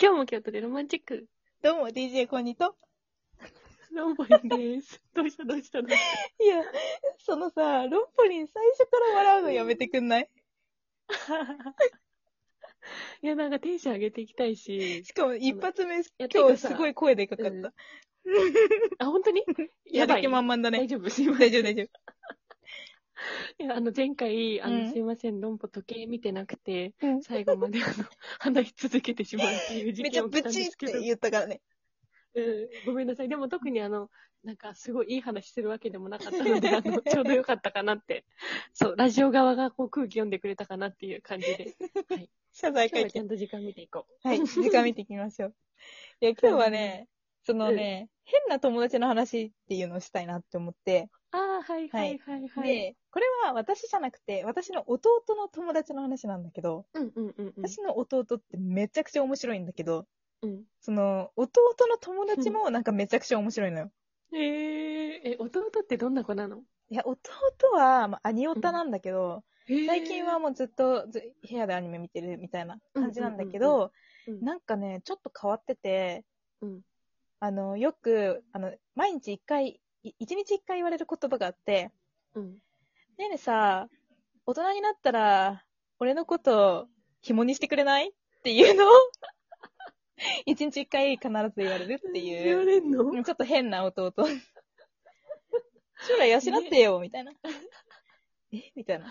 今日も京都でロマンチック どうも、DJ コニーと。ロンボリンです。 どうしたどうしたどうしいや、そのさ、ロンポリン最初から笑うのやめてくんないたいや、なんかテンション上げていきたいし。しかも一発目、やて今か日さすごい声でかかった。うんあ、本当 にややばるい気満々だ大ね。丈夫すいません。大丈夫、大丈夫。いや、あの、前回、あの、うんすいません、ロンボ時計見てなくて、うん最後まで、あの、 話し続けてしまうっていう事めっち件ゃをブ起きたんチでっすけどて。言ったからね。うん、ごめんなさい。でも特にあの、なんかすごいいい話するわけでもなかったので、あ の、ちょうどよかったかなって。そう、ラジオ側がこう空気読んでくれたかなっていう感じ で。謝罪今日会はちゃ見。んと時間見ていこはい、時間見ていきましょう。いや、今日はね、そのね、変な友達の話っていうのをしたいなって思って、う。ああ、はいはいはいはい。で、これは私じゃなくて、私の弟の友達の話なんだけど、うんうんうんうん。私の弟ってめちゃくちゃ面白いんだけど、うん、その、弟の友達もなんかめちゃくちゃ面白いのよ。えー、え、弟ってどんな子なのいや、弟は、まあ、アニオタなんだけど、最近はももうずっとず部屋でアニメ見てるみたいな感じなんだけうんうんど、うんなんかね、ちょっと変わってて、うん、あの、よく、あの、毎日一回、い一日一回言われる言葉があって、うん。ねえねえさ、大人になったら、俺のこと、紐にしてくれないっていうのを、 一日一回必ず言われるっていう。言われんの、うんちょっと変 な弟。将来養ってよ、みたいな。えみたいな。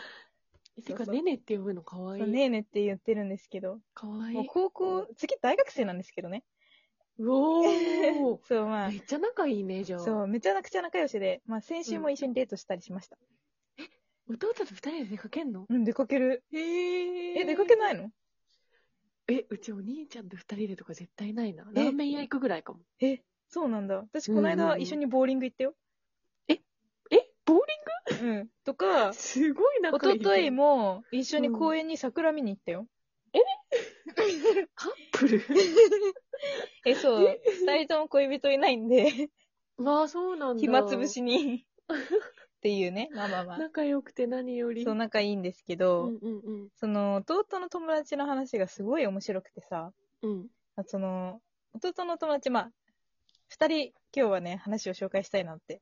てか、そうそうねねって呼ぶのかわいそうい。ねえねって言ってるんですけど、かわいもうい。高校、次大学生なんですけどね。。うおー そう、まめっちゃ仲いいね、じゃあ、あ。そう、めちゃくちゃ仲良しで、まあ先週も一緒にデートしたりしました。弟と二人で出かけんのうん、出かける。えーえ、出かけないのえ、うちお兄ちゃんと二人でとか絶対ないな。えラーメン屋行くぐらいかも。え、そうなんだ。私、こうんのうんうん間一緒にボーリング行ったよ。え、ボーリンうん。とかグ、すごい一仲いい。昨日も一緒に公園に桜見に行っ たよ。カップルえ、そう。二人とも恋人いないんで。 わあ、そうなんだ。暇つぶ。しに。っていうね。 まあまあまあ。仲良くて何より。そう、仲いいんですけうど、んうんうん。その、弟の友達の話がすごい面白くてさ、うん。その、弟の友達、まあ、二人、今日はね、話を紹介したいなって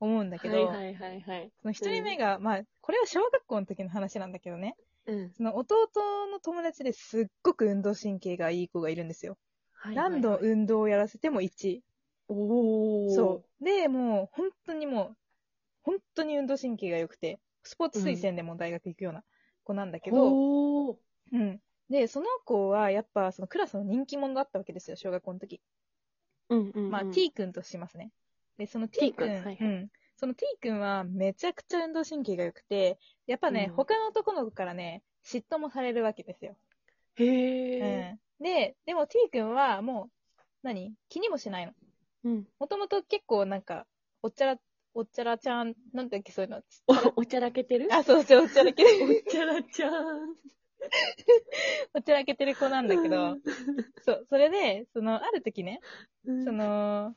思うんだけど、はいはいはいはい。その一人目が、まあ、これは小学校の時の話なんだけどね、うん。その弟の友達ですっごく運動神経がいい子がいるんですよ。はいはいはい何度運動をやらせても1位。おー。そう。で、もう、本当にもう、本当に運動神経が良くて、スポーツ推薦でも大学行くような子なんだけど、おー。うん。で、その子は、やっぱ、そのクラスの人気者だったわけですよ、小学校の時。うんうん、うん。まあ、t 君としますね。で、その t T 君君、はいはいうん。その t 君は、めちゃくちゃ運動神経が良くて、やっぱね、うん他の男の子からね、嫉妬もされるわけですよ。へー。うん。で、でも t 君は、もう、何気にもしないの。うん。もともと結構、なんか、おっちゃら、おっちゃらちゃん、なんだっけ、そういうの。お、おちゃらけて るあ、そう、おっちゃらおっちゃらけてる、 おちゃらちゃーん。おっちゃらけてる子なんだけど、そう、それで、その、ある時ね、うん、そその、の、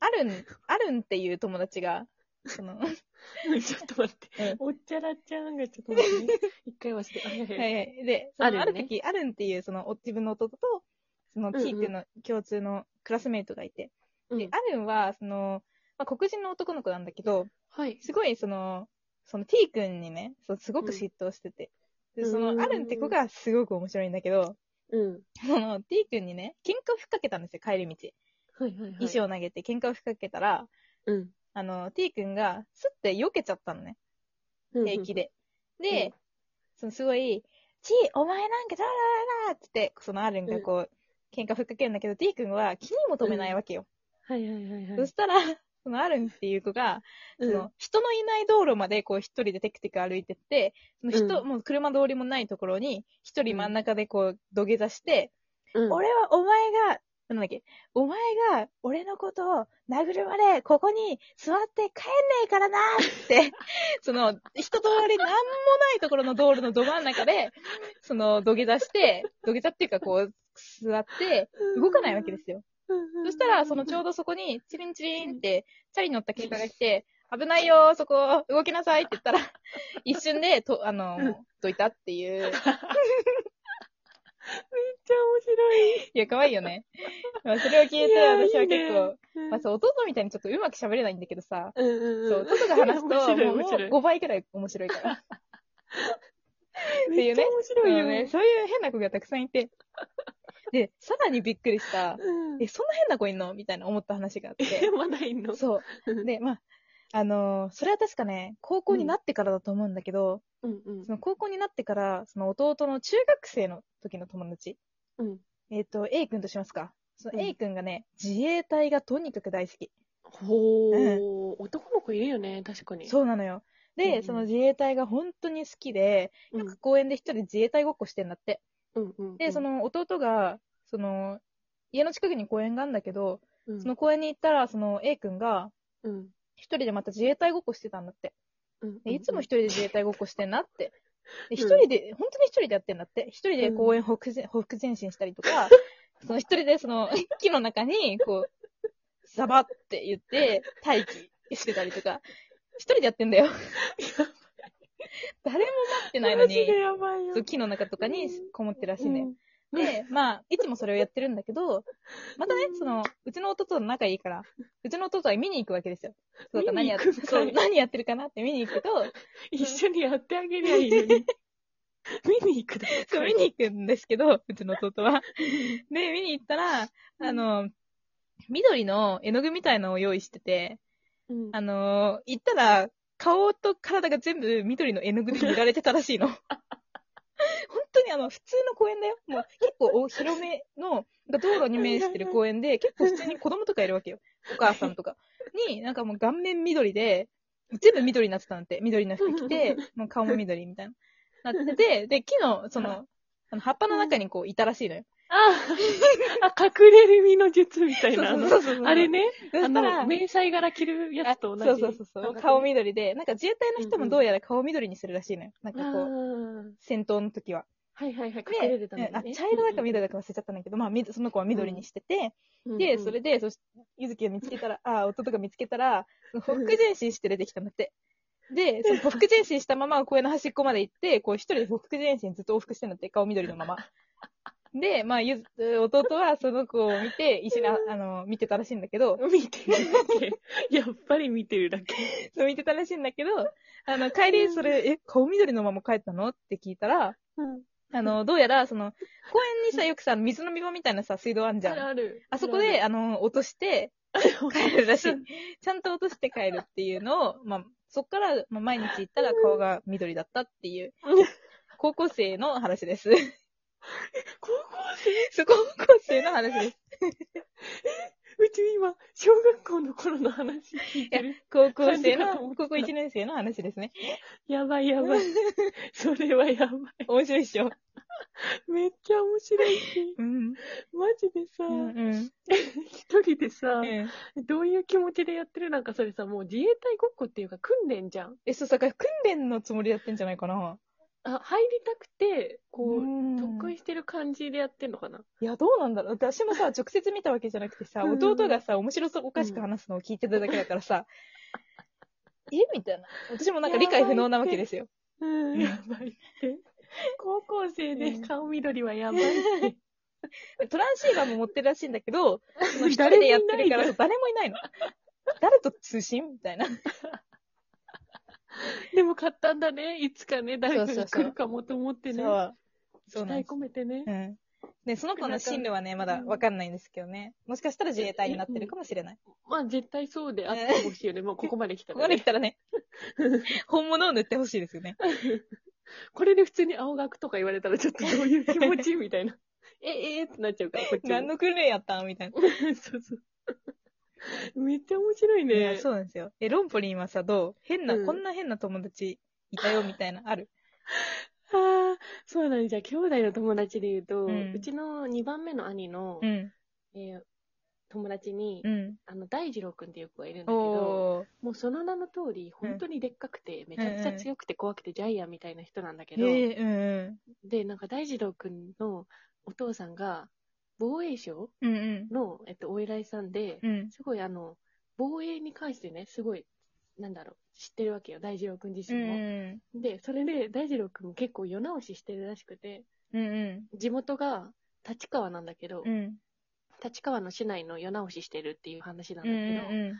あるん、あるんっていう友達が、そ の、は ちょっと待ってうん。おちゃらちゃーんがちょっと待ってね。 一回忘れて。はいはいは。いはいい。で、そのああるる,、よね時、あるんっていう、その、お自分の弟と、その、うんうん T っていうの共通のクラスメイトがいて、うんで、あるんは、その、まあ、黒人の男の子なんだけど、はい。すごい、その、その T 君にね、そうすごく嫉妬してて、で、そうーんの、あるんって子がすごく面白いんだけど、うん。その、T 君にね、喧嘩を吹っかけたんですよ、帰り道。はいはいはい。衣。装投げて喧嘩を吹っかけたら、うん。あの、T 君が、すって避けちゃったのね。平気で。で。で、うんそのすごい、ちお前なんかだらだらだってって、そのアルンがこう、喧嘩ふっかけるんだけど、T 君は気にも留めないわけよ。はいはいはいはい。そしたら、そのアルンっていう子が、うその人のいない道路までこう一人でテクテク歩いてって、その人、うもう車通りもないところに、一人真ん中でこう土下座して、ん、。俺はお前が、なんだっけ、お前が俺のことを殴るまでここに座って帰んねえからなって、 その、一通りなんもないところの道路のど真ん中で、その、土下座して、土下座っていうかこう、座って、動かないわけですすよ。そそしたら、そのちょうどそこに、チリンチリンって、チャリ乗った喧嘩が来て、危ないよー、そこ、動きなさいって言ったら、 一瞬で、と、あの、どいたっていう。めっちゃ面白い いや、可愛いよね。まあ、それを聞いて、いや私はいいね結構、うんまあ、そう、弟みたいにちょっとうまく喋れないんだけどさ、うんうんうんそう、弟が話す 面と、白いもう面白い5倍くらい面白い から。めっちゃ面白いあよのねね。そういう変な子がたくさんいて。で、さらにびっくりした、うんえ、そんな変な子いんのみたいな思った話があっえ、て。まだいんの そう。で、まあ、あのーそれは確かね、高校になってからだと思うんだけど、うんうんその高校になってから、その弟の中学生の時の友達、うん。えっ、と、A 君としますか。そのうん A 君がね、自衛隊がとにかく大好き。ほうんー、男の子いるよね、確かに。そうなのよ。うんで、うんその自衛隊が本当に好きで、うん。よく公園で一人自衛隊ごっこしてんだって。うんうんうん。で、その弟が、その、家の近くに公園があるんだけど、うん、その公園に行ったら、その A 君が、うん、一人でまた自衛隊ごっこしてたんだって。うん。でいつも一人で自衛隊ごっこしてんなって。で一うん人で、本当に一人でやってんだって。一人で公園ほふくぜほふく前進したり とか、その一人でその木の中に、こう、ザバって言って、待機してたりとか、一人でやってんだよ。誰も待ってないのマジでに、やばいよ。そう木の中とかにこもってるらしいね。うんで、まあ、いつもそれをやってるんだけど、またねう、んその、うちの弟と仲いいから、うちの弟は見に行くわけですよ。そう見か何にや行っくんかいそう何やってるかなって見に行くと、一緒にやってあげりゃい いのに。見に行くだけそう見に行くんですけど、うちの弟は。で、見に行ったら、あの、緑の絵の具みたいのを用意してて、うんあの、行ったら、顔と体が全部緑の絵の具で塗られてたらし いの。本当にあの、普通の公園だよ。もう結構お広めの、なんか道路に面してる公園で、結構普通に子供とかいるわけよ。お母さんとか。に、なんかもう顔面緑で、全部緑になってたなんて。緑の服 着て、もう顔も緑みたいな。なってて、で、木の、その、あの葉っぱの中にこういたらしいのよ。あ、あ、隠れる身の術みたいな。あのうそうそあれ。ね、そあしたらの、迷彩柄着るやつと同あじ。そうそうそうそう。顔緑で、なんか自衛隊の人もどうやら顔緑にするらしいのよ。なんかあこう、ー戦闘の時は。はいはいはい、隠れでるためにね。あ、茶色だか緑だか忘れちゃったんだけど、まあ、みその子は緑にしてて、うんうんで、それ、で、そし、ゆずきが見つけ たら、あ、弟が見つけたら、ほふく前進して出てきたんだって。で、そのほふく前進したまま公園の端っこまで行って、こう一人でほふく前進ずっと往復してんだって、顔緑のまま。で、まあ、ゆず、弟はその子を見て、一緒に、ああの、見てたらしいんだけど、見てるだけ。 やっぱり見てるだけ。そう見てたらしいんだ けど、あの、帰り、それ、え、顔緑のまま帰ったのって聞いたら、あの、どうやら、その、公園にさ、よくさ、水飲み場みたいなさ、水道あんじゃん。ある。あそこで、あの、落 として、帰るらしい。ちゃんと落として帰るっていうのを、まあ、そっから、まあ、毎日行ったら顔が緑だったっていううん、高校生の話です。高校 そう高校生の話です。生、うち今、小学校の頃の話聞いてる。高校生感じかと思の、った高校1年生の話ですね。やばいや ばい。それはやばい。面白いっしょ。めっちゃ面白いし。うん。マジでさ、うん。うん。一人でさ、うんどういう気持ちでやってるなんかそれさ、もう自衛隊ごっこっていうか訓練じゃん。え、そう、さから訓練のつもりでやってんじゃないかな。あ、入りたくて、こう、ん得意してる感じでやってんのかないや、どうなんだろう。私 もさ、直接見たわけじゃなくてさ、うん弟がさ、面白そう、おかしく話すのを聞いてただけだからさ、えみたいな。私もなんか理解不能なわけですよ。うん んやばいって。高校生でうん顔緑はやばいって。 トランシーバーも持ってるらしいんだけ ど、その一誰人もいでなやいっじゃんてるからそう誰もいないの。誰と通信みたいな。でも買ったんだね。いつかね、誰かそがうそうそう来るかもと思ってね。そう。期そうなん待です込。めてねう。ん。で、その子の進路はね、まだわかんないんですけどね。もしかしたら自衛隊になってるかもしれない。まあ絶対そうであってほしい よね。もうここまで来たこらこでね来。たら ね、本物を塗ってほしいですよね。これで普通に青学とか言われたらちょっとどういう気持ちみたいな。え、えー、ってなっちゃうから、こっちも。何の訓練やったんみたいな。そうそう。めっちゃ面白いいやね。そうなんですよ。え、ロンポリンはさ、どう変な、うんこんな変な友達いたよみたいな、ある。ああ、そうなんじゃ、兄弟の友達で言うと、ううんちの2番目の兄の、ん。えー友達に、うん。あの、大二郎くんっていう子がいるんだけど、おー。もうその名の通り、本当にでっかくて、めちゃくちゃ強くて怖くてジャイアンみたいな人なんだけど、えー、うんで、なんか大二郎くんのお父さんが、防衛省うん。うんの、えっと、お偉いさんで、うん。うん。すごいあの、防衛に関してね、すごい、なんだろう、知ってるわけよ、大二郎くん自う身も。ん。で、それで大二郎くんも結構世直ししてるらしくて、うん。地元が立川なんだけど、うん。立川の市内の世直ししてるっていう話なんうだんうけんど、う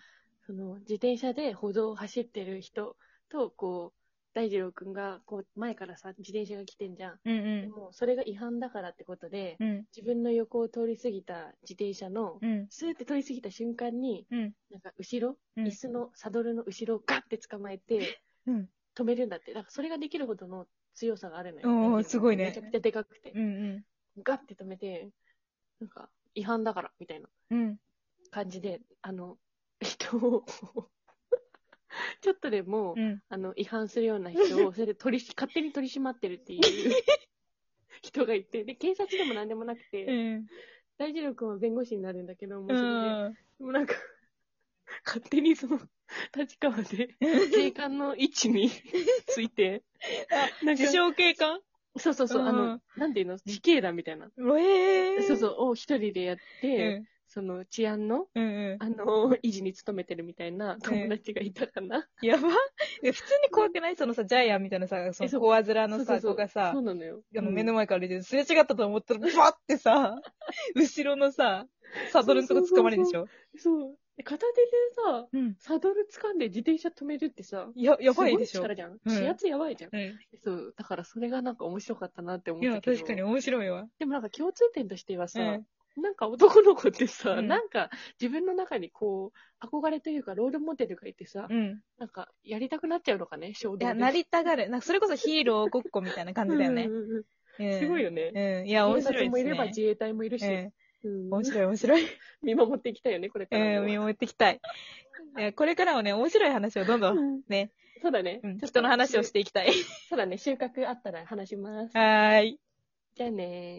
その自転車で歩道を走ってる人と、こう、大二郎くんが、こう、前からさ、自転車が来てんじゃん。ん。うんでも、それが違反だからってことで、うん。うん自分の横を通り過ぎた自転車の、うん。スーって通り過ぎた瞬間に、うん。なんか後ろ、うん椅子のサドルの後ろをガッて捕まえ て、うん。止めるんだって。だからそれができるほどの強さがあるのよ。おなーんていうのすごいねめちゃくちゃでかくて。うん。ガッて止めて、なんか、違反だから、みたいなうん。感じで、あの、人を、 ちょっとでも、うん。あの、違反するような人 を、それで取りし、勝手に取り締まってるっていう人がいて、で、警察でも何でもなくて、うん。大二郎くんは弁護士になるんだけど、もううそれで、ん。でもなんか、 勝手にその、立川で、 警官の位置について、なんか自、称警官そうそうそう、あうのん、なんていうの、時系団みたいな。ええ。そうそう、を一人でやって、うその、治安の、ん。うん。あの、維持に努めてるみたいな友達がいたかな。やばえ普通に怖くないそのさ、ジャイアンみたいなさ、そえその、う小あずらそうのそさ、うそ子うがさそう、なのよ。あの、目の前前から歩いててすれ違ったと思ったら、バって さ、後ろのさ、サドルのとこ掴まれるでしょそう。で片手でさ、うん。サドル掴んで自転車止めるってさ、や、やばいでしすょご力じゃん。うん指圧やばいじゃん。うん。そう。だからそれがなんか面白かったなって思っいや、たけど。確かに面白いわ。でもなんか共通点としてはさ、うんなんか男の子ってさ、うんなんか自分の中にこう、憧れというかロールモデルがいてさ、うん。なんかやりたくなっちゃうのかね、衝動いで。や、なりたがる。なんか、それこそヒーローごっこみたいな感じだよねう。んうんうんうんすごいよね。うん。いや、面白いです、警ね。察もいれば自衛隊もいるし、うん。うん面白い、面白い。見守っていきたいよね、これからうん、も。見守っていきたい。いやこれからもね、面白い話をどんどん、うんね、そうだね、うんちょっと 人の話をしていきたい。そうだね、収穫あったら話します。はーい。じゃあねー。